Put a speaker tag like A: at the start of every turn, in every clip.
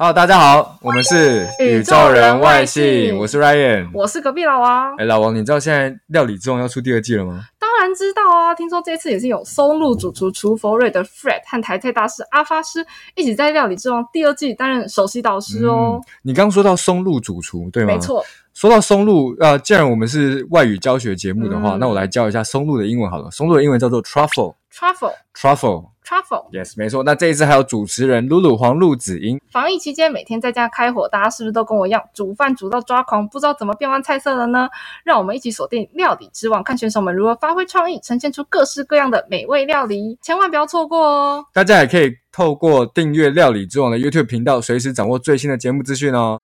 A: Hello，大家好，我们是
B: 宇宙人外星
A: 我是 Ryan。
B: 我是隔壁老王，
A: 哎，老王，你知道现在料理中要出第二季了吗？
B: 当然知道啊！听说这次也是有松露主厨厨佛瑞的 Fred 和台菜大师阿发师一起在《料理之王》第二季担任首席导师哦。
A: 嗯你刚说到松露主厨，对吗？
B: 没。错，
A: 说到松露，呃，既然我们是外语教学节目的话，
B: 嗯
A: 那我来教一下松露的英文好了。松露的英文叫做 truffle。
B: Truffle
A: Truffle。
B: Truffle。
A: Yes，没错。那这一次还有主持人露露黄露子英。
B: 防疫期间每天在家开火，大家是不是都跟我一样煮饭煮到抓狂，不知道怎么变换菜色了呢？让我们一起锁定《料理之王》，看选手们如何发挥创意，呈现出各式各样的美味料理，千万不要错过哦！
A: 大家也可以透过订阅料理之王的 YouTube 频道，随时掌握最新的节目资讯哦。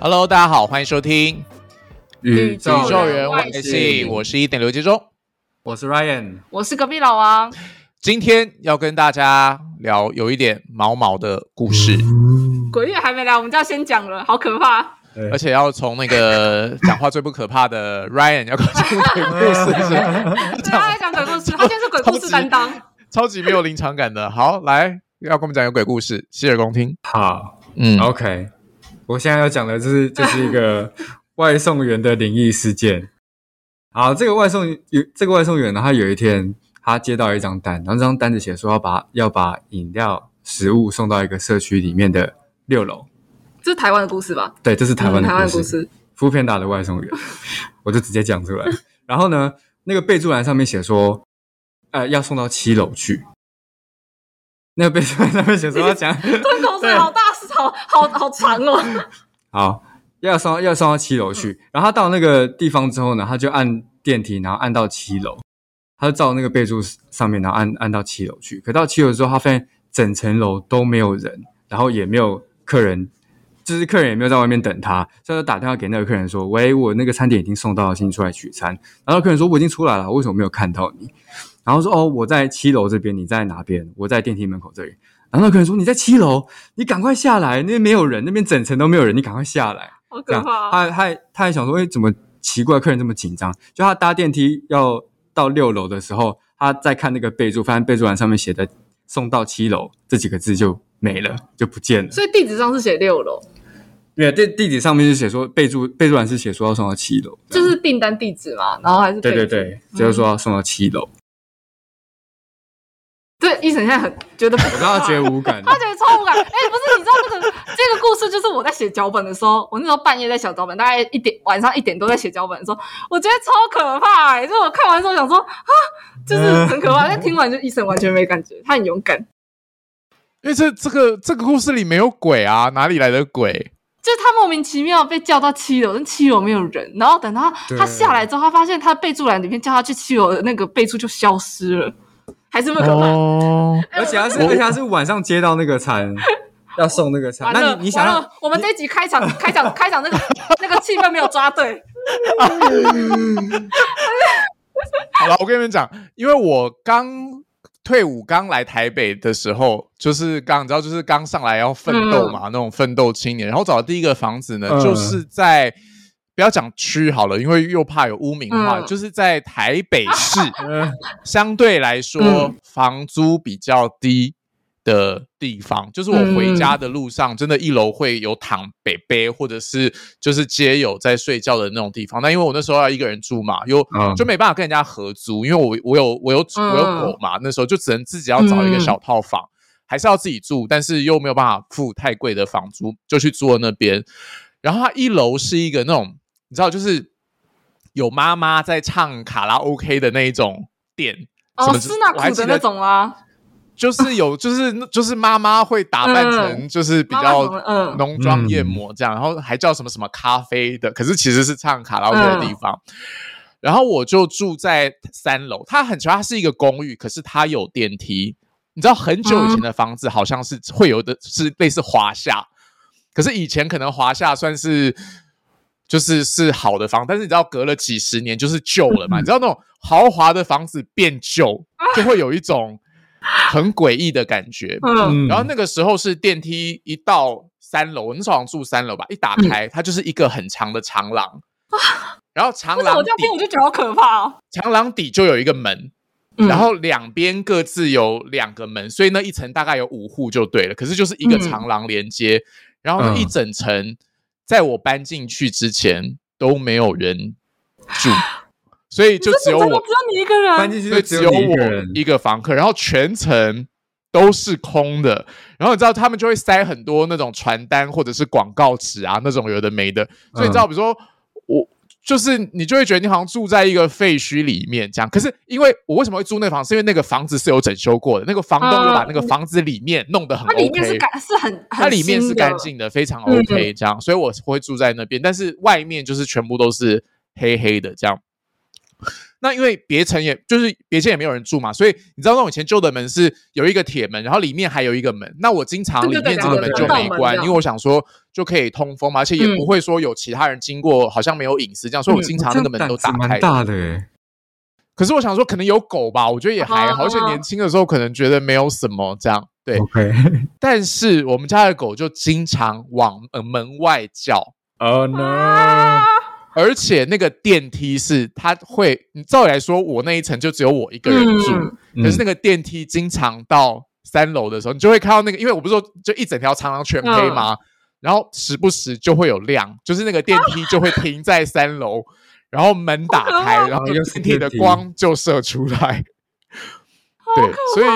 C: Hello，大家好，欢迎收听
B: 宇宙
C: 宇宙
B: 人
C: 人
B: 外
C: 外
A: 星
C: 星，我是一点刘杰忠。
A: 我是 Ryan。
B: 我是隔壁老王，
C: 今天要跟大家聊有一点毛毛的故事，
B: 鬼月还没来，我们就要先讲了，好可怕！
C: 而且要从那个讲话最不可怕的 Ryan 要告诉我鬼故事，是不是
B: 对他在讲鬼故事，他现在是鬼故事担当。
C: 超级没有临场感的。好，来要跟我们讲一个鬼故事，洗耳恭听。
A: 好
C: 嗯，
A: ，OK。我现在要讲的 就是就是一个外送员的灵异事件。好，这个外送有这个外送员呢，他有一天他接到一张单，然后这张单子写说要把要把饮料、食物送到一个社区里面的六楼。
B: 这是台湾的故事吧？
A: 对，这是台湾
B: 嗯
A: 的
B: 台湾
A: 故
B: 故
A: 事。
B: 事，
A: 福片打的外送员， 我就直接讲出来。然后呢，那个备注栏上面写说，呃，要送到七楼去。那个备注栏上面写说要 讲，
B: 吞口水好大，好好好长哦。
A: 好，要送要送到七楼去。然后他到那个地方之后呢，他就按电梯，然后按到七楼，他就照那个备注上面，然后按按到七楼去。可到七楼之后，他发现整层楼都没有人，然后也没有客人，就是客人也没有在外面等他，所以他就打电话给那个客人说：“喂，我那个餐点已经送到了，请你出来取餐。”然后客人说：“我已经出来了，为什么没有看到你？”然后说：“哦，我在七楼这边，你在哪边？我在电梯门口这里。”然后那客人说：“你在七楼，你赶快下来，那边没有人，那边整层都没有人，你赶快下 来。”
B: 好
A: 这
B: 可
A: 样，
B: 怕！
A: 他他他还想说，哎、怎么奇怪，客人这么紧张？就他搭电梯要到六楼的时候，他在看那个备注，发现备注栏上面写的“送到七楼”这几个字就没了，就不见了。
B: 所以地址上是写六楼，
A: 对，地地址上面是写说备注，备注栏是写说要送到七楼，这
B: 就
A: 样
B: 是订单地址嘛，然后还是
A: 对对
B: 配置
A: 对，就是说要送到七楼。
B: 对。医生现在很觉得不
A: 我让他觉得无 感，
B: 他觉得超无感。哎、不是，你知道这个这个故事，就是我在写脚本的时候，我那时候半夜在写脚本，大概一点晚上一点多在写脚本的时候，我觉得超可怕、欸。就是我看完之后想说啊，就是很可怕，但听完就医生完全没感觉，他很勇敢。
C: 因为这这个这个故事里没有鬼啊，哪里来的鬼？
B: 就是他莫名其妙被叫到七楼，但七楼没有人。然后等他
A: 对
B: 他下来之后，他发现他备注栏里面叫他去七楼的那个备注就消失了，还是不可怕。
C: 哦，
B: 哎
A: 而且他是而且他是晚上接到那个餐，要送那个餐
B: 完。
A: 那
B: 了，
A: 你你想
B: 完
A: 要
B: 了，我们这一集开场开场开场那个那个气氛没有抓对，
C: 好了，我跟你们讲，因为我刚退伍，刚来台北的时候，就是刚你知道，就是刚上来要奋斗
B: 嗯
C: 嘛，那种奋斗青年。然后找的第一个房子呢，
A: 嗯
C: 就是在不要讲区好了，因为又怕有污名化，
B: 嗯
C: 就是在台北市，
A: 嗯
C: 相对来说、
B: 嗯
C: 房租比较低。的地方，就是我
B: 嗯
C: 回家的路上，真的一楼会有躺北北，或者是就是街友在睡觉的那种地方。那因为我那时候要一个人住嘛，又
A: 嗯
C: 就没办法跟人家合租，因为我我有我有我有
B: 嗯
C: 狗嘛，那时候就只能自己要找一个小套房，还是要自己住，但是又没有办法付太贵的房租，就去租了那边。然后它一楼是一个那种你知道，就是有妈妈在唱卡拉 OK 的那一种店。 什
B: 哦，
C: 么
B: 斯纳
C: 我还
B: 苦
C: 记
B: 的
C: 得
B: 那种啊，
C: 就是有，就是就是妈妈会打扮成就是
B: 嗯
C: 比
B: 妈妈
C: 较
B: 怎么嗯
C: 浓妆艳抹这样，然后还叫什么什么咖啡的，可是其实是唱卡拉 OK 的地方。然后我就住在三楼，它很奇怪，它是一个公寓，可是它有电梯。你知道很久以前的房子好像是会有的，是类似华夏，可是以前可能华夏算是就是是好的房，但是你知道隔了几十年就是旧了嘛，你知道那种豪华的房子变旧，就会有一种很诡异的感觉。
A: 哦
B: 嗯，
C: 然后那个时候是电
B: 嗯
C: 梯一到三楼，我那时候好像住三楼吧，一打开它就是一个很长的长廊，
B: 啊
C: 然后长
B: 不是我
C: 廊
B: 这样
C: 底
B: 听我就觉得好可怕哦。
C: 长廊底就有一个门，
B: 嗯
C: 然后两边各自有两个门，所以那一层大概有五户就对了。可是就是一个长廊连接，然后那
A: 嗯
C: 一整层，在我搬进去之前都没有人住，所以就只有
B: 真的
C: 我，
B: 只有你一 个人，
A: 搬进去就
C: 对，
A: 只
C: 只有
A: 你一
C: 我
A: 个人，
C: 一个房客，然后全层。都是空的，然后你知道他们就会塞很多那种传单或者是广告纸啊，那种有的没的，所以你知道，比如说我就是你就会觉得你好像住在一个废墟里面这样。可是因为我为什么会租那个房，是因为那个房子是有整修过的，那个房东就把那个房子里面弄得很
B: 它
C: OK，
B: 里面是干是很很
C: 它里面是
B: 新的嗯
C: 干，净的，非常 OK 这样，所以我会住在那边，但是外面就是全部都是黑黑的这样。那因为别层也就是别间也没有人住嘛，所以你知道那种以前旧的门是有一个铁门，然后里面还有一个门。那我经常里
B: 对对对
C: 面这个门就
A: 两
B: 个
C: 没
B: 门
C: 关，
B: 这样
C: 因为我想说就可以通风嘛，而且也
B: 嗯
C: 不会说有其他人经过，好像没有隐私这样，所以
B: 嗯
C: 我经常那个门都
A: 这
C: 打
A: 样胆子蛮。
C: 开
A: 大的欸诶。
C: 可是我想说可能有狗吧，我觉得也还好，
B: 哦
C: 而且年轻的时候可能觉得没有什么这样。对，
A: OK，
C: 但是我们家的狗就经常往、呃、门外叫，
A: Oh
B: 啊
A: no！
C: 而且那个电梯是它会，你照理来说，我那一层就只有我一个人住，
B: 嗯
A: 嗯
C: 可是那个电梯经常到三楼的时候，你就会看到那个，因为我不是说就一整条长廊全黑
B: 嗯
C: 吗？然后时不时就会有亮，就是那个电梯就会停在三楼，然后门打开，然后
A: 哦又是
C: 电梯
A: 电
C: 的
A: 梯
C: 光就射出来。对，所以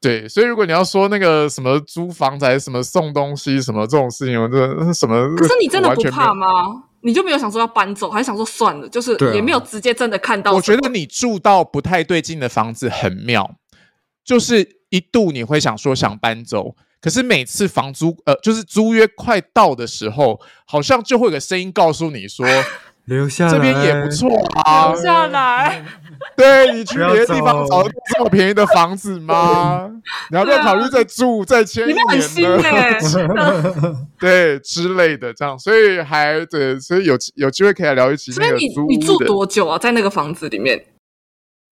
C: 对，所以如果你要说那个什么租房子还是什么送东西什么这种事情，我真的什么，
B: 可是你真的
C: 我完
B: 不
C: 全没有
B: 怕吗？你就没有想说要搬走，还是想说算了，就是
A: 对啊
B: 也没有直接真的看到什么。
C: 我觉得你住到不太对劲的房子很妙，就是一度你会想说想搬走，可是每次房租呃就是租约快到的时候，好像就会有个声音告诉你 说
A: 留下来
C: 这边也不错啊
B: 留，下来，
C: 对你去
A: 不要
C: 别的地方
A: 走
C: 找得到这么便宜的房子吗？你要不要考虑再住再签一
B: 里面很新
C: 年呢？
B: 哎、
C: 对之类的这样，所以还对，所以有有机会可以来聊一 期
B: 所
C: 那
B: 以
C: 个
B: 你
C: 租
B: 你住
C: 屋的，
B: 多久啊？在那个房子里面，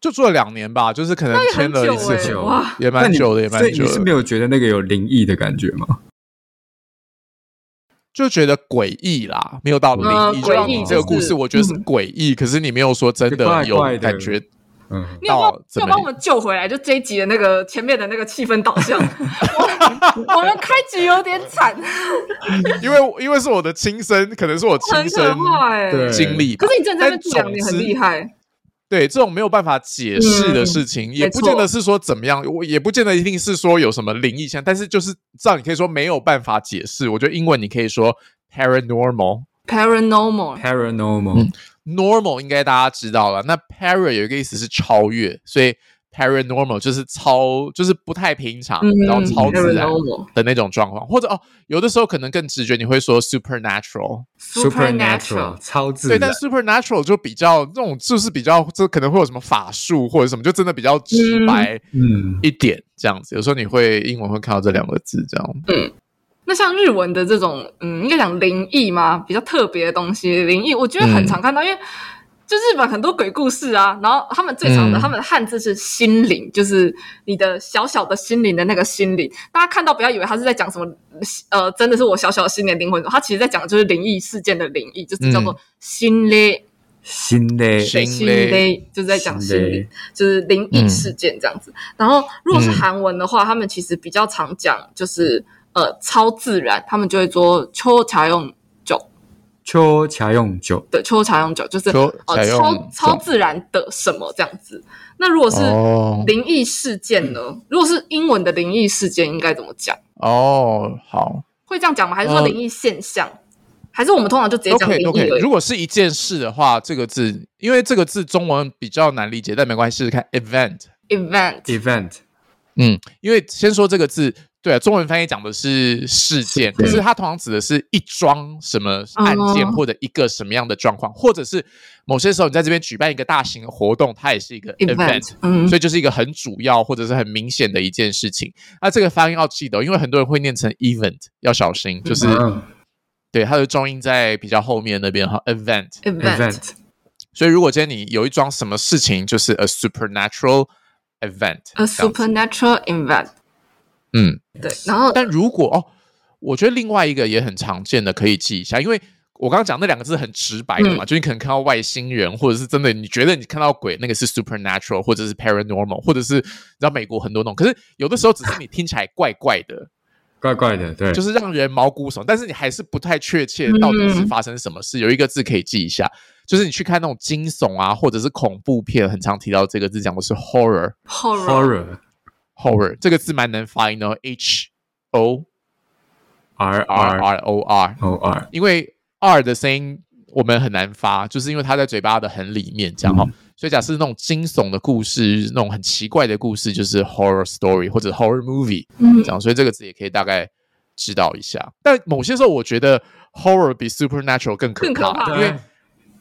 C: 就住了两年吧，就是可能
B: 那也
C: 签
B: 很
C: 了
B: 久
C: 一次
B: 哎、
C: 合
A: 久
B: 哇！
C: 也
A: 那
C: 蛮
A: 你
C: 久的，也蛮
A: 所以
C: 久
A: 你是
C: 的
A: 没，有觉得那个有灵异的感觉吗？
C: 就觉得诡异啦，没有到
B: 嗯
C: 灵异。就像
A: 诡异
C: 你这个
A: 就是
C: 故事，我觉得是
B: 嗯
C: 诡异，可是你没有说真
A: 就怪
C: 的有
A: 怪的
C: 感觉
A: 嗯，
B: 你有帮
C: 到啊
B: 你
C: 怎
B: 有
C: 么
B: 帮我们救回来？就这一集的那个前面的那个气氛导 向，我我们开局有点惨，
C: 样，因为因为是我的亲身，可能是我
B: 很
C: 亲
B: 可
C: 身
B: 怕哎、
A: 对
C: 经历吧。
B: 可是你真的在那边
C: 但
B: 住两年，
C: 总
B: 很
C: 之
B: 厉害。
C: 对这种没有办法解释的事情，也
B: 没
C: 不
B: 错
C: 见得是说怎么样，我也不见得一定是说有什么灵异像，但是就是这样，你可以说没有办法解释。我觉得英文你可以说 paranormal。
B: Paranormal，
C: 嗯
A: ，paranormal，
C: normal 应该大家知道了，那 para 有一个意思是超越，所以 paranormal 就是超，就是不太平常，
A: 嗯
C: 嗯然后超自然
B: 嗯 Paranormal
C: 的那种状况，或者哦，有的时候可能更直觉，你会说 supernatural，
A: supernatural 超自
C: 对，
A: 然，
C: 但 supernatural 就比较那种，就是比较这可能会有什么法术或者什么，就真的比较直白
A: 嗯，
C: 一点这样子。有时候你会英文会看到这两个字这样，
B: 那像日文的这种，嗯，应该讲灵异吗？比较特别的东西，灵异，我觉得很常看到，因为就日本很多鬼故事啊，然后他们最常的，
C: 嗯
B: 他们的汉字是心灵，就是你的小小的心灵的那个心灵。大家看到不要以为他是在讲什么，呃，真的是我小小的心灵灵魂，他其实在讲的就是灵异事件的灵异，就是叫做心灵。
A: 心嘞，
C: 心
B: 心
C: 嘞
B: 嘞，就是在讲心
A: 心
B: 理
A: 嘞，
B: 就是灵异
C: 嗯
B: 事件这样子。然后如果是韩文的话，他们其实比较常讲就是呃超自然，他们就会说超茶用酒，
A: 秋茶用酒，
B: 对，超茶用酒就是
C: 超
B: 呃
C: 茶用
B: 超
C: 酒
B: 超自然的什么这样子。那如果是
C: 哦
B: 灵异事件呢？如果是英文的灵异事件，应该怎么讲？
C: 哦，好
B: 会这样讲吗？还是说
C: 呃
B: 灵异现象？还是我们通常就直接
C: 都
B: 讲
C: 可以
B: 灵
C: 都
B: 异
C: 可以
B: 而。已
C: 如？果是一件事的话，这个字因为这个字中文比较难理解，但没关系，试试看 event。
B: event
A: event
C: 嗯，因为先说这个字，对、啊，中文翻译讲的是事件，可是它通常指的是一桩什么案件、
B: 哦
C: 或者一个什么样的状况，或者是某些时候你在这边举办一个大型的活动，它也是一个 event，,
B: event，嗯
C: 所以就是一个很主要或者是很明显的一件事情。那这个发音要记得哦，因为很多人会念成 event，要小心，就是、
A: 嗯
C: 对它的重音在比较后面那边哈，event。
B: event
A: event
C: 所以如果今天你有一桩什么事情，就是 a supernatural event，
B: a
C: 这样子
B: supernatural event。
C: 嗯。
B: 对，然后
C: 但如果哦，我觉得另外一个也很常见的可以记一下，因为我刚刚讲那两个字很直白的嘛，就你可能看到外星人，或者是真的你觉得你看到鬼，那个是 supernatural，或者是 paranormal，或者是你知道美国很多那种，可是有的时候只是你听起来怪怪的，
A: 怪怪的，对，
C: 就是让人毛骨悚，但是你还是不太确切到底是发生什么事。有一个字可以记一下，就是你去看那种惊悚啊，或者是恐怖片，很常提到这个字，讲的是 horror。
B: horror
A: horror
C: horror 这个字蛮难发音的，h 哦 o
A: r
C: r
A: r
C: r o r，
A: o r，
C: 因为 r 的声音我们很难发，就是因为它在嘴巴的很里面这样
A: 嗯
C: 哈、所以假设那种惊悚的故事，那种很奇怪的故事，就是 horror story 或者 horror movie
B: 嗯
C: 这样，所以这个字也可以大概知道一下。但某些时候，我觉得 horror 比 supernatural 更可
B: 更可怕
C: 因为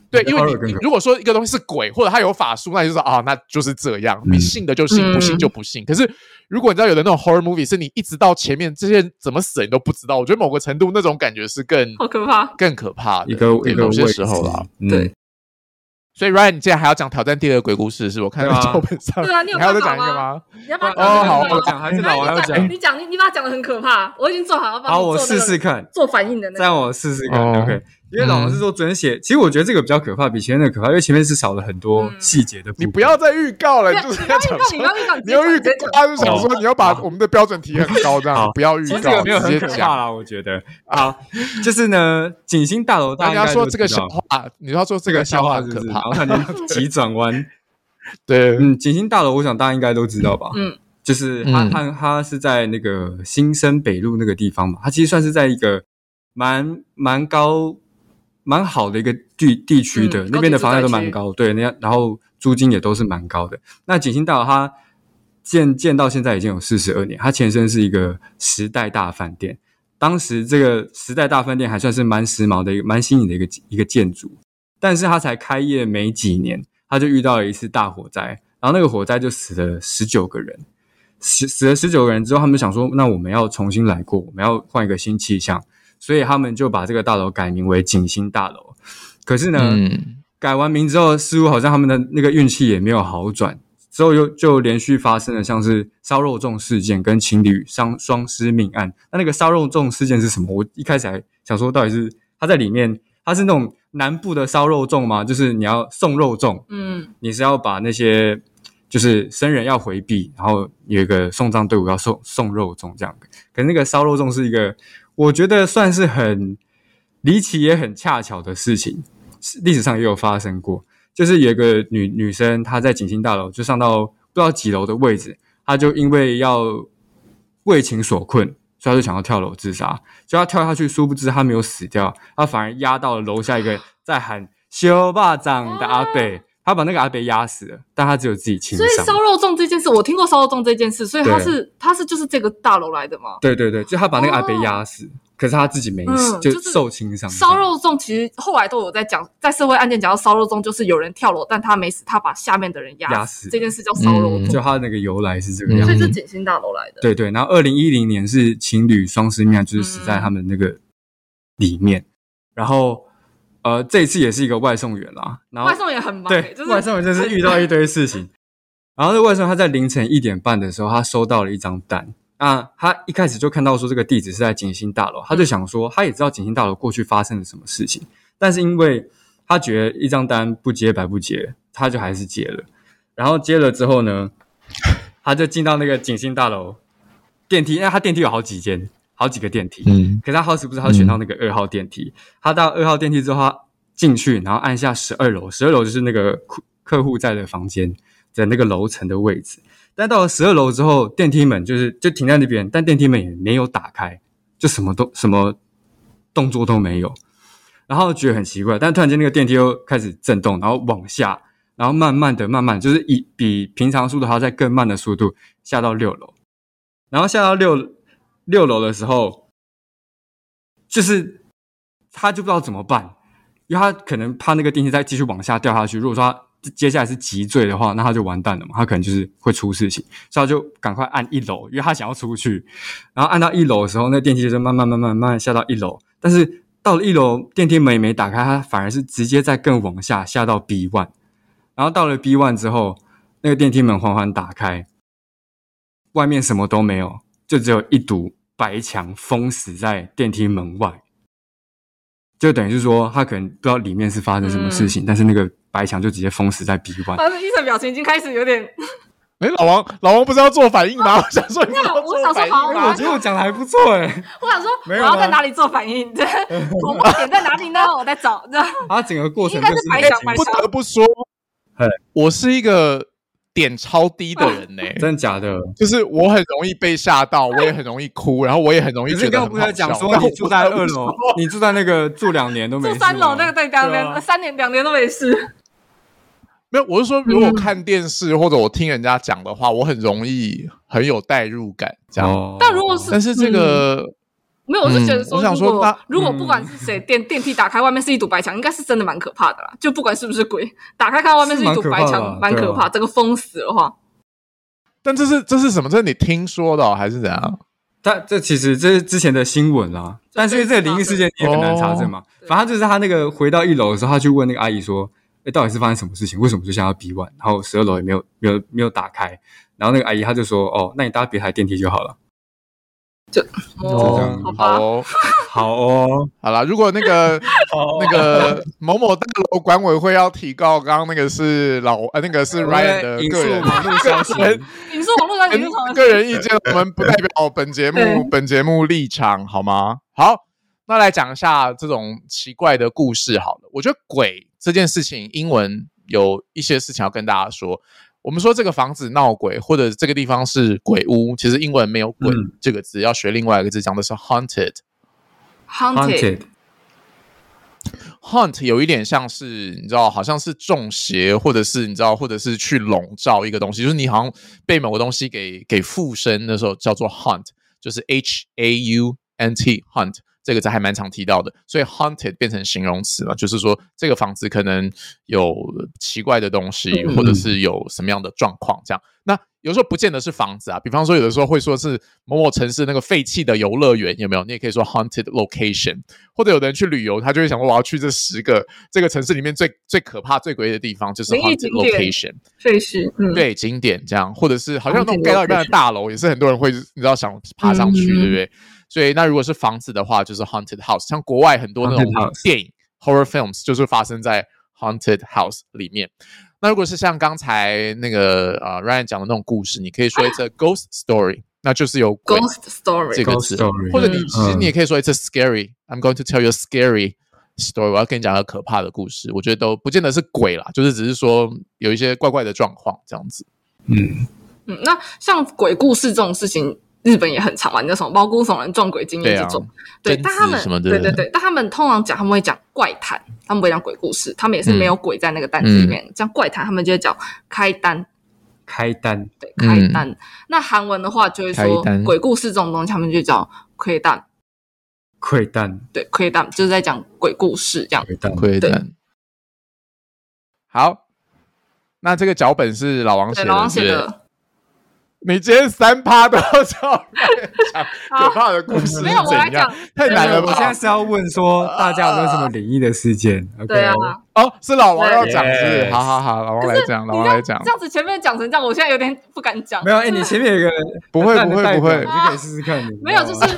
C: 对，因为
A: horror 更
C: 你
A: 可怕
C: 如果说一个东西是鬼，或者它有法术，那你就说啊，那就是这样，你
A: 嗯
C: 信的就信，不信就不信。可是如果你知道有的那种 horror movie，是你一直到前面这些人怎么死你都不知道，我觉得某个程度那种感觉是更
B: 好可怕。
C: 更可怕的，
A: 一个
C: 对
A: 一个
C: 某
A: 位
C: 些
A: 置
C: 时候啦。，
A: 嗯
B: 对，
C: 所以 Ryan，你竟然还要讲挑战第二个鬼故事，是我看
A: 对
C: 到
A: 啊
C: 脚本上，
B: 对啊你有
C: 还要再
B: 办法
C: 讲一个
B: 吗
C: 吗？
B: 你要不要
C: 哦好
B: 你要不要
C: 我
A: 讲还是老王要讲
C: 哎
B: 你讲，你你把它讲的很可怕，我已经做好要帮
A: 好，
B: 你
A: 我
B: 做那
A: 试
B: 个
A: 试看，
B: 做反应的
A: 这
B: 那
A: 样
B: 个。
A: 我试试看、
C: 哦
A: o k 因为老王是说准写，其实我觉得这个比较可怕，比前面那个可怕，因为前面是少了很多
B: 嗯
A: 细节的部分。
C: 你不要再预告了，
B: 不要
C: 就是
B: 你
C: 要
B: 要
C: 讲
B: 预
C: 说
B: 啊告，你要预告，
C: 你又预
B: 直接讲
C: 告，他就想说你要把我们的标准提很高，这样
A: 好
C: 不要预
A: 哦其实这
C: 告，
A: 个没有很
C: 直接
A: 可怕
C: 讲。
A: 啦，我觉得啊，就是呢，景星大楼大
C: 大
A: 家
C: 家
A: 应该
C: 说
A: 都
C: 这个
A: 知道
C: 笑话，你要说这
A: 这
C: 个
A: 个
C: 笑
A: 笑
C: 话
A: 话是
C: 很
A: 嗯
C: 可
A: 不是？然
C: 怕
A: 后，它就急转弯，
C: 对，
A: 嗯，景星大楼，我想大家应该都知道吧？
B: 嗯，
A: 就是它
C: 嗯
A: 它它是在那个新生北路那个地方嘛，它其实算是在一个蛮蛮高、蛮好的一个地地区的，
B: 嗯
A: 那边的
B: 高
A: 房
B: 级
A: 价
B: 住宅
A: 都蛮高，对，那然后租金也都是蛮高的。那景星大楼它建建到现在已经有四十二年，它前身是一个时代大饭店。当时这个时代大饭店还算是蛮时髦的一个、蛮新颖的一个一个建筑，但是它才开业没几年，他就遇到了一次大火灾，然后那个火灾就死了十九个人，死死了十九个人之后，他们想说，那我们要重新来过，我们要换一个新气象，所以他们就把这个大楼改名为景星大楼。可是呢，
C: 嗯，
A: 改完名之后，似乎好像他们的那个运气也没有好转，之后又就连续发生了像是烧肉粽事件跟情侣伤双尸命案。那那个烧肉粽事件是什么？我一开始还想说，到底是他在里面，他是那种南部的烧肉粽吗？就是你要送肉粽，
B: 嗯，
A: 你是要把那些就是生人要回避，然后有一个送葬队伍要送送肉粽这样。可是那个烧肉粽是一个，我觉得算是很离奇也很恰巧的事情，是历史上也有发生过。就是有一个女女生，她在景星大楼就上到不知道几楼的位置，她就因为要为情所困，所以她就想要跳楼自杀。就她跳下去，殊不知她没有死掉，她反而压到了楼下一个在喊“修霸掌”的阿北，她把那个阿北压死了，但她只有自己轻
B: 所以
A: 伤。
B: 烧肉粽这件事，我听过烧肉粽这件事，所以它
A: 对
B: 是它是就是这个大楼来的嘛。
A: 对对对，就她把那个阿北压死，可是她自己没死，
B: 哦嗯
A: 就
B: 就是
A: 受轻伤。
B: 烧肉粽其实后来都有在讲，在社会案件讲到烧肉粽，就是有人跳楼，但他没死，他把下面的人压
A: 压
B: 死，
A: 死
B: 这件事叫烧肉
C: 嗯
B: 粽，
A: 就它那个由来是这个样
B: 所
A: 子。
B: 以是景星大楼来的。
A: 对对，然后二零一零年是情侣双尸命案，就是死
B: 嗯
A: 在他们那个里面。然后呃，这一次也是一个外送员啦，然后
B: 外送也很忙，欸
A: 对、
B: 就是
A: 外送员真是遇到一堆事情。然后那外送员他在凌晨一点半的时候，他收到了一张单。那他一开始就看到说这个地址是在景星大楼，他就
B: 嗯
A: 想说他也知道景星大楼过去发生了什么事情，但是因为他觉得一张单不接白不接，他就还是接了。然后接了之后呢，他就进到那个景星大楼电梯，因为他电梯有好几间、好几个电梯，
C: 嗯，
A: 可是他好死不是他选到那个二号电梯，他到二号电梯之后，他进去，然后按下十二楼，十二楼就是那个客客户在的房间的那个楼层的位置。但到了十二楼之后，电梯门就是就停在那边，但电梯门也没有打开，就什么都什么动作都没有。然后觉得很奇怪，但突然间那个电梯又开始震动，然后往下，然后慢慢的、慢慢地，就是以比平常速度还要再更慢的速度下到六楼。然后下到六六楼的时候，就是他就不知道怎么办，因为他可能怕那个电梯再继续往下掉下去。如果说他接下来是急坠的话，那他就完蛋了嘛，他可能就是会出事情，所以他就赶快按一楼，因为他想要出去。然后按到一楼的时候，那电梯就是慢慢慢慢慢慢下到一楼，但是到了一楼，电梯门也没打开，他反而是直接再更往下下到 B one，然后到了 B one 之后，那个电梯门缓缓打开，外面什么都没有，就只有一堵白墙封死在电梯门外。就等于是说他可能不知道里面是发生什么事情，但是那个白墙就直接封死在 B one。
B: 但是医生表情已经开始有点，
C: 哎，老王，老王不是要做反应吗？我想说你不
B: 那
C: 要
B: 哦我
C: 做
B: 想说
C: 反应
B: 好
C: 吗
A: 哎我？觉得我讲的还不错哎、
B: 我想说我
A: 没有
B: 要在
A: 吗
B: 哪里做反应， 对，我爆点在哪里呢？我在找，这样
A: 他啊整个过程
B: 应该
A: 就是
B: 白
A: 是
B: 墙白
C: 不
B: 墙
C: 得不说
A: 嘿，
C: 我是一个点超低的人呢、
A: 真的假的？
C: 就是我很容易被吓到，我也很容易哭，然后我也很容易
A: 可是
C: 觉
A: 你
C: 得
A: 刚
C: 很
A: 刚不是在讲
C: 好笑
A: 说你住在
C: 然后我
A: 二楼，你住在那个住两年都没
B: 住
A: 事
B: 三楼
A: 吗
B: 那个对，两年
C: 对啊
B: 三年两年都没事，
C: 没有，我是说如
A: 嗯
C: 果看电视或者我听人家讲的话，我很容易很有代入感这样。
A: 哦
B: 但如果是
C: 但是这个
B: 没有，我是觉得
C: 嗯
B: 说，
C: 我想说
B: 如果
C: 那
B: 如果
A: 嗯
B: 不管是谁电电梯打开，外面是一堵白墙，应该是真的蛮可怕的啦。就不管是不是鬼，打开看外面是一堵白
A: 是
B: 墙，
A: 蛮
B: 蛮
A: 可
B: 可
A: 怕
B: 怕。整个封死的话，
C: 但这是这是什么？这是你听说的哦、还是怎样？
A: 但这其实这是之前的新闻啦，但是这个灵异事件你也很难
C: 哦
A: 查证嘛。
B: 对
A: 反正就是他那个回到一楼的时候，他去问那个阿姨说：“哎，到底是发生什么事情？为什么就想要 B one？” 然后十二楼也没有没有没有打开，然后那个阿姨她就说：“哦，那你搭别台电梯就好了。这样
B: 好吧
C: 好，哦，”
A: 好哦，
C: 好啦，如果那个
A: 好哦
C: 那个某某大楼管委会要提告，刚刚那个是老呃，那个是
A: 我们
C: Ryan 的
A: 引
C: 个
A: 述
C: 人
A: 网络消 息，
B: 你是网络
C: 哎
B: 上你是
C: 个人意见，我们不代表本节
B: 对
C: 目本节目立场，好吗？好，那来讲一下这种奇怪的故事好了。我觉得鬼这件事情，英文有一些事情要跟大家说。我们说这个房子闹鬼，或者这个地方是鬼屋，其实英文没有“鬼”
A: 嗯
C: 这个字，要学另外一个字，讲的是 haunted。
B: haunted，
A: haunted
C: haunt 有一点像是你知道，好像是中邪，或者是你知道，或者是去笼罩一个东西，就是你好像被某个东西给给附身的时候叫做 haunt，就是 h a u n t haunt 这个字还蛮常提到的，所以 haunted 变成形容词了，就是说这个房子可能有奇怪的东西，
A: 嗯
C: 或者是有什么样的状况这样。那有时候不见得是房子啊，比方说有的时候会说是某某城市那个废弃的游乐园，有没有？你也可以说 haunted location，或者有的人去旅游，他就会想说我要去这十个这个城市里面最最可怕、最诡异的地方，就是
B: 灵异
C: haunted
B: 景点
C: location。
B: 废墟，嗯，
C: 对景点这样，或者是好像那种
B: Haunted
C: 盖到一半的大楼，也是很多人会你知道想爬上去，
B: 嗯
C: 对不对？所以那如果是房子的话，就是 haunted house，像国外很多那种
A: Haunted house
C: 电影 horror films 就是发生在 haunted house 里面。那如果是像刚才那个呃 Ryan 讲的那种故事，你可以说 it's a ghost story，那就是有鬼
B: ghost
C: 这
B: story，
C: 个
A: ghost
C: 字，
A: story
C: 或者你
B: 嗯
C: 其实你也可以说 it's a scary。I'm going to tell you a scary story。我要跟你讲个可怕的故事，我觉得都不见得是鬼啦，就是只是说有一些怪怪的状况这样子。
A: 嗯，
B: 嗯，那像鬼故事这种事情。日本也很常玩那种包公耸人撞鬼经验这种，
C: 对
B: 对，
C: 啊贞
B: 但他
C: 子
B: 们
C: 什么的
B: 对对对，但他们通常讲他们会讲怪谈，他们不会讲鬼故事，他们也是没有
C: 嗯
B: 鬼在那个单子里面，讲怪谈他们就会讲开单，
A: 开单
B: 对，开单。那韩文的话就会
C: 嗯开
B: 说
C: 单
B: 鬼故事这种东西，他们就叫亏蛋，
A: 溃蛋
B: 对，亏蛋就是在讲鬼故事这样。
A: 溃蛋，
C: 亏
B: 对
C: 蛋。好，那这个脚本是老王写
B: 对，
C: 的，
B: 老王写
C: 是不是
B: 的，
C: 你今天三趴都要叫人讲
B: 好
C: 可怕的故事，
B: 没有我来讲，
C: 太难了
A: 我现在
C: 吧？
A: 是要问说大家有没有什么灵异的事 件？OK，
B: 对啊，
A: 哦
C: 哦，是老王要讲，是不是
A: Yes
C: 好好好，老王来讲，老
B: 你
C: 王
B: 这
C: 来
B: 样
C: 讲
B: 这，样子前面讲成这样，我现在有点不敢讲
A: 没。有哎，你前面有一个
C: 不会不
A: 很淡的
C: 会不
A: 代
C: 会
A: 表，你就可以试试看，你知道吗
B: 啊没有，就是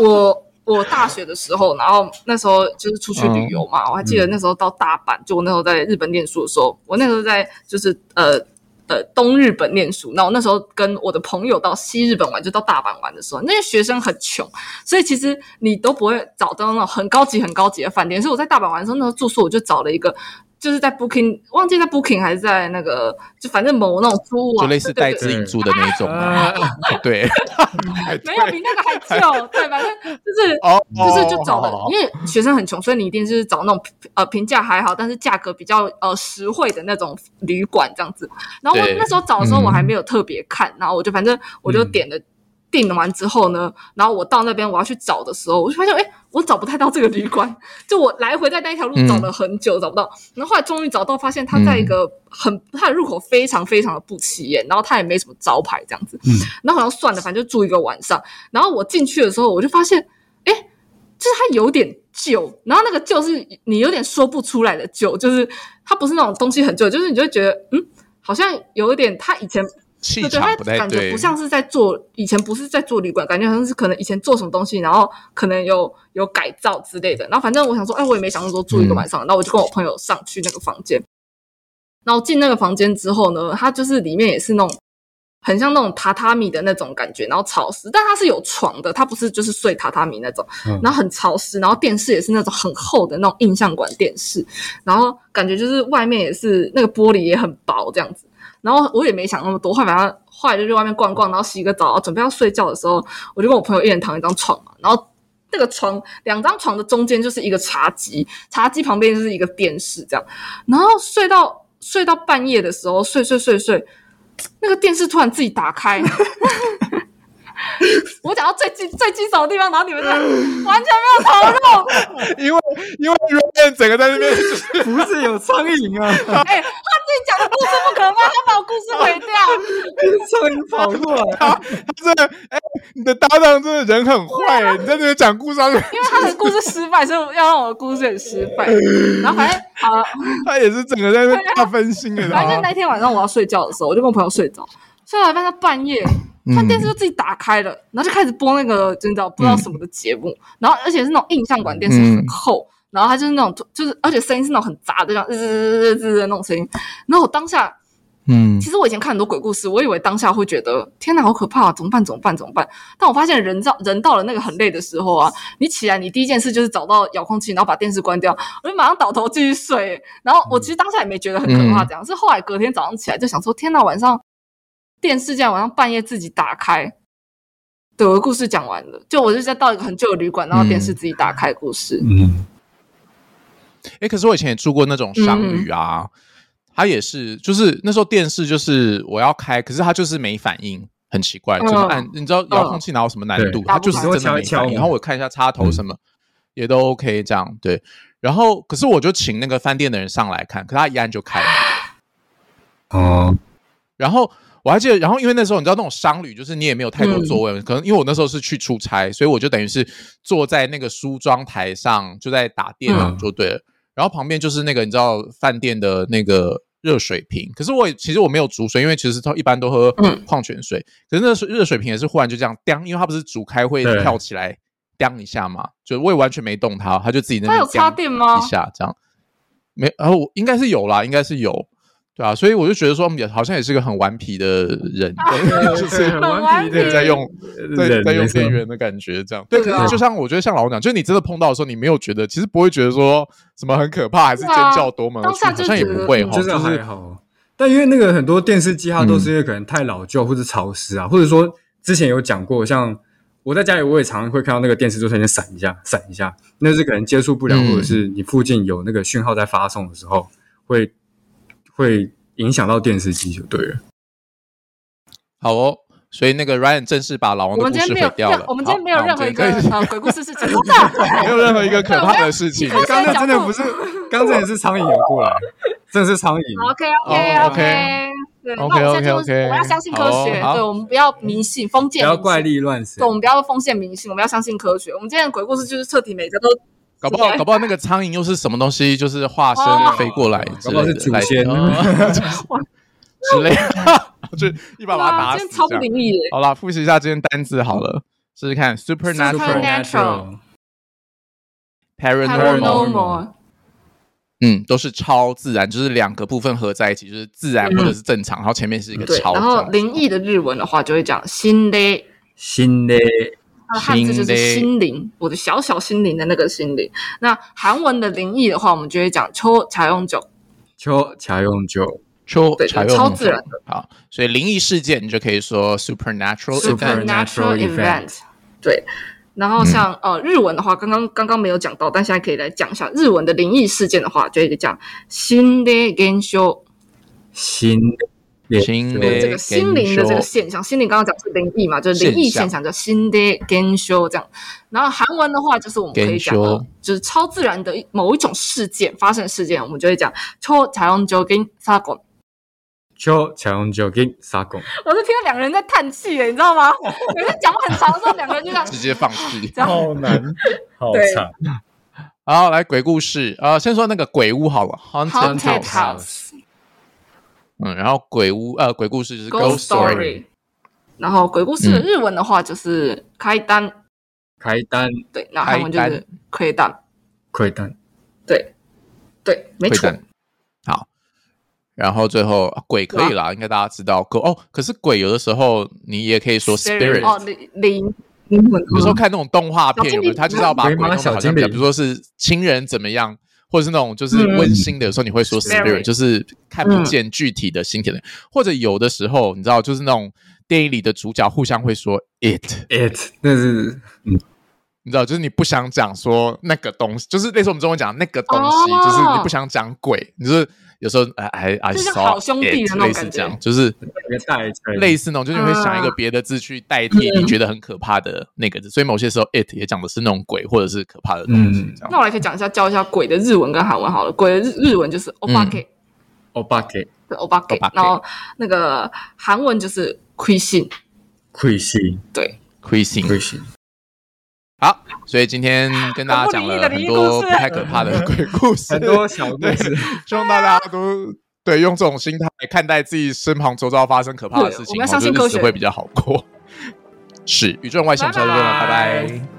B: 我我大学的时候，然后那时候就是出去
C: 嗯
B: 旅游嘛，我还记得那时候到大阪，就我那时候在日本念书的时候，我那时候在就是呃呃东日本念书，那我那时候跟我的朋友到西日本玩，就到大阪玩的时候，那些学生很穷，所以其实你都不会找到那种很高级很高级的饭店。所以我在大阪玩的时候，那时候住宿我就找了一个。就是在 Booking，忘记在 Booking 还是在那个，就反正某那种租屋网
C: 就类似
B: 对对
C: 带
B: 对
C: 资引住的那种啊，
A: 呃
C: 对，
B: 没有比那个还旧，对，反正就是
C: 哦，
B: 就是就找
C: 哦
B: 了，因为学生很穷，所以你一定是找那种呃评价还好，但是价格比较呃实惠的那种旅馆这样子。然后我
C: 对嗯
B: 那时候找的时候，
A: 嗯
B: 我还没有特别看，然后我就反正我就点了。订完之后呢，然后我到那边我要去找的时候，我就发现，哎，我找不太到这个旅馆，就我来回在那一条
C: 嗯
B: 路找了很久，找不到。然后后来终于找到，发现它在一个很它的入口非常非常的不起眼，然后它也没什么招牌这样子。
A: 嗯
B: 然后好像算了，反正就住一个晚上。然后我进去的时候，我就发现，哎，就是它有点旧，然后那个旧是你有点说不出来的旧，就是它不是那种东西很旧，就是你就会觉得，嗯，好像有一点它以前
C: 气
B: 对对，
C: 场
B: 他
C: 不太
B: 感觉
C: 对
B: 不，像是在做以前不是在做旅馆，感觉好像是可能以前做什么东西，然后可能有有改造之类的。然后反正我想说，哎，我也没想过说住
C: 嗯
B: 一个晚上，然后我就跟我朋友上去那个房间。然后进那个房间之后呢，它就是里面也是那种很像那种榻榻米的那种感觉，然后潮湿，但它是有床的，它不是就是睡榻榻米那种。
A: 嗯
B: 然后很潮湿，然后电视也是那种很厚的那种印象馆电视，然后感觉就是外面也是那个玻璃也很薄这样子。然后我也没想那么多，后来反正后来就去外面逛逛，然后洗个澡，准备要睡觉的时候，我就跟我朋友一人躺一张床嘛，然后那个床两张床的中间就是一个茶几，茶几旁边就是一个电视这样，然后睡到睡到半夜的时候，睡睡睡睡，那个电视突然自己打开。 我讲到最近最棘手的地方，然后你们就完全没有投入，
C: 因为因为 Ryan 整个在那边就是
A: 不是有苍蝇 啊，
B: 哎、他自己讲的故事不可怕，他把我故事毁掉。
A: 苍蝇跑过来，
C: 真的，哎、你的搭档真的人很坏、你在那边讲故事，他
B: 因为他的故事失败，所以要让我的故事很失败。然后反正好了，
C: 他也是整个在那边大分心的，
B: 啊反正就
C: 他
B: 那天晚上我要睡觉的时候，我就跟我朋友睡着，睡到一半到半夜，他电视就自己打开了，然后就开始播那个真的不知道什么的节目，然后而且是那种印象馆电视很厚。然后他就是那种，就是而且声音是那种很杂的，这样滋滋滋滋滋的那种声音。然后我当下
C: 嗯
B: 其实我以前看很多鬼故事，我以为当下会觉得天哪，好可怕、啊，怎么办？怎么办？怎么办？但我发现人到人到了那个很累的时候啊，你起来，你第一件事就是找到遥控器，然后把电视关掉，我就马上倒头继续睡。然后我其实当下也没觉得很可怕，这样、是后来隔天早上起来就想说，天哪，晚上电视这样晚上半夜自己打开。对，我的故事讲完了，就我就在到一个很旧的旅馆，然后电视自己打开故事。
A: 嗯，
C: 哎、可是我以前也住过那种商旅啊，
B: 嗯
C: 他也是，就是那时候电视就是我要开，可是他就是没反应，很奇怪，
B: 嗯
C: 就是按你知道遥控器哪有什么难度，
A: 对
C: 他就是真的没
A: 打
C: 反
A: 不开
C: 应。然后我看一下插头什么、也都 OK，这样对。然后可是我就请那个饭店的人上来看，可他一按就开了。
A: 哦，
C: 然后我还记得，然后因为那时候你知道那种商旅，就是你也没有太多座
B: 嗯
C: 位，可能因为我那时候是去出差，所以我就等于是坐在那个梳妆台上，就在打电脑
A: 嗯
C: 就对了。然后旁边就是那个你知道饭店的那个热水瓶，可是我也其实我没有煮水，因为其实都一般都喝
B: 嗯
C: 矿泉水，可是那水热水瓶也是忽然就这样当，因为它不是煮开会
A: 对
C: 跳起来当一下嘛，就我也完全没动它，它就自己那
B: 它有
C: 边
B: 插
C: 当
B: 电吗
C: 一？下这样，没，然后我应该是有啦，应该是有，对啊，所以我就觉得说，我们也好像也是个很顽皮的人，就是
A: 很顽皮的
C: 在用在
A: 人
C: 在用
A: 没错
C: 电源的感觉这样。对，
B: 对
C: 可
B: 啊
C: 是就像我觉得像老王讲，就是你真的碰到的时候，你没有觉得，其实不会觉得说什么很可怕，还是尖
B: 对啊
C: 叫夺门而
B: 当
C: 出，
B: 下
C: 好
B: 就
C: 像也
B: 觉得
C: 不会
B: 嗯
C: 哈，
A: 就
C: 就是嗯
A: 还
C: 是
A: 好。但因为那个很多电视机它都是因为可能太老旧或者潮湿啊，或者说之前有讲过，像我在家里我也常常会看到那个电视就突然间闪一下，闪一下，那是可能接触不良，
C: 嗯
A: 或者是你附近有那个讯号在发送的时候，会会影响到电视机就对了。
C: 好哦。所以那个 Ryan 正式把老王
B: 我
C: 的
B: 们
C: 故
B: 今
C: 事
B: 天没
C: 毁
B: 有
C: 掉了
B: 任，。我们今天没有
C: 好
B: 任何一个
C: 我们今天
B: 呃鬼故事是真的。
C: 没有任何一个可怕的事情
B: 对。我们
A: 刚刚那真的不是，刚真的是苍蝇游过来，真的是苍蝇。
B: OK OK
C: 哦
B: OK，对，那我们现在就是
C: OK，OK，OK
B: 我们要相信科学，
C: 好
B: 对，我们不要迷信封
A: 不
B: 建迷
A: 要
B: 信，
A: 怪力乱神
B: 对，我，们不要封建迷信，我们要相信科学。我们今天的鬼故事就是彻底每个都哎
C: 搞不好，搞不好那个苍蝇又是什么东西，就是 化
B: 哦
C: 身飞过来之
A: 搞不好
C: 类
A: 是
C: 的，
A: 祖
C: 来
A: 先
C: 哦之类的，就一把把它
B: 哇，
C: 打
B: 啊今
C: 死
B: 天超不
C: 这样。
B: 灵异的，
C: 好啦，复习一下今天单字好了，试试看 supernatural、
B: Supernatural
C: paranormal，
B: paranormal，
C: 嗯，都是超自然，就是两个部分合在一起，就是自然或者是正常，然后前面是一个
B: 嗯对，
C: 嗯超。
B: 然后灵异的日文的话就会讲心嘞，
A: 新的
B: 它的汉字就是
C: 心
B: 心灵，我的小小心灵的那个心灵。那韩文的灵异的话，我们就会讲秋茶用酒，
A: 秋茶用酒
C: 超
B: 对
C: 超
B: 超自然
C: 的。好，所以灵异事件你就可以说 supernatural
A: Super- Supernatural
C: event。
B: supernatural
A: event
B: event。对，然后像、呃日文的话，刚刚刚刚没有讲到，但现在可以来讲一下日文的灵异事件的话，就一个讲心霊現象，
A: 新的
C: 心
B: 就是这
C: 灵
B: 个心灵的这个现象。心灵刚刚讲是灵异嘛，就是灵异现
C: 现
B: 象叫心霊現象这样。然后韩文的话，就是我们可以讲
C: 現象
B: 呃就是超自然的一某一种事件发生的事件，我们就会讲超자연적인사건。
A: 秋茶用酒给撒狗。
B: 我是听到两个人在叹气耶，你知道吗？每次讲话很长的时候，两个人就这样
C: 直接放弃。
B: 这样。
A: 难，好
B: 对
A: 惨。
C: 好，来鬼故事啊、呃先说那个鬼屋好了，haunted
B: Haunted
C: house。
B: House，
C: 嗯，然后鬼屋呃鬼故事就是
B: Ghost Story。然后鬼故事的日文的话就是开单，
A: 开单
B: 对，然后韩文就
C: 开
B: 是亏单，
A: 亏单，
B: 对，对，没
C: 会
B: 错，
C: 战。好，然后最后啊鬼可以啦，应该大家知道。可哦，可是鬼有的时候你也可以说 spirit。
B: 哦，灵灵灵魂，
C: 有时候看那种动画
B: 小
C: 片，
B: 精
C: 有没有
B: 灵
C: 他就是要把
A: 鬼
C: 鬼
A: 妈
C: 弄得
A: 小
C: 好
A: 精
C: 像，比
A: 灵
C: 如说是亲人怎么样，或者是那种就是
B: 嗯
C: 温馨的，有时候你会说 spirit，
B: Spirit
C: 就是看不见具体的形体的，或者有的时候你知道，就是那种电影里的主角互相会说 it，
A: it，那是
C: 你知道，就是你不想讲说那个东西，就是类似我们中文讲那个东西，
B: 哦
C: 就是你不想讲鬼，你就是有时候哎哎哎，
B: 就像好兄弟的那种
C: 类
B: 感
C: 似
B: 觉啊
C: 这样，就是
A: 那个代称，
C: 类似那种，就是你会想一个别的字去代替你觉得很可怕的那个字，所以某些时候 it 也讲的是那种鬼或者是可怕的东西
A: 嗯，
C: 这样。
B: 那我来可以讲一下教一下鬼的日文跟韩文好了，鬼的日日文就是 o b a k e
A: 欧巴给
B: 对 o b a k e
C: 嗯 obake
B: 然后那个韩文就是亏信，
A: 亏心
B: 对，
C: Crazy，
A: 亏心，
C: 好，所以今天跟大家讲了很多不太可怕的鬼故
A: 嗯
C: 事，
A: 很多小故 事，
C: 希望大家都对用这种心态看待自己身旁周遭发生可怕的事
B: 对我
C: 情，
B: 们要相信
C: 我觉得日
B: 科
C: 子
B: 学
C: 会比较好过。是宇宙人外星人，下周见了，拜
B: 拜拜
C: 拜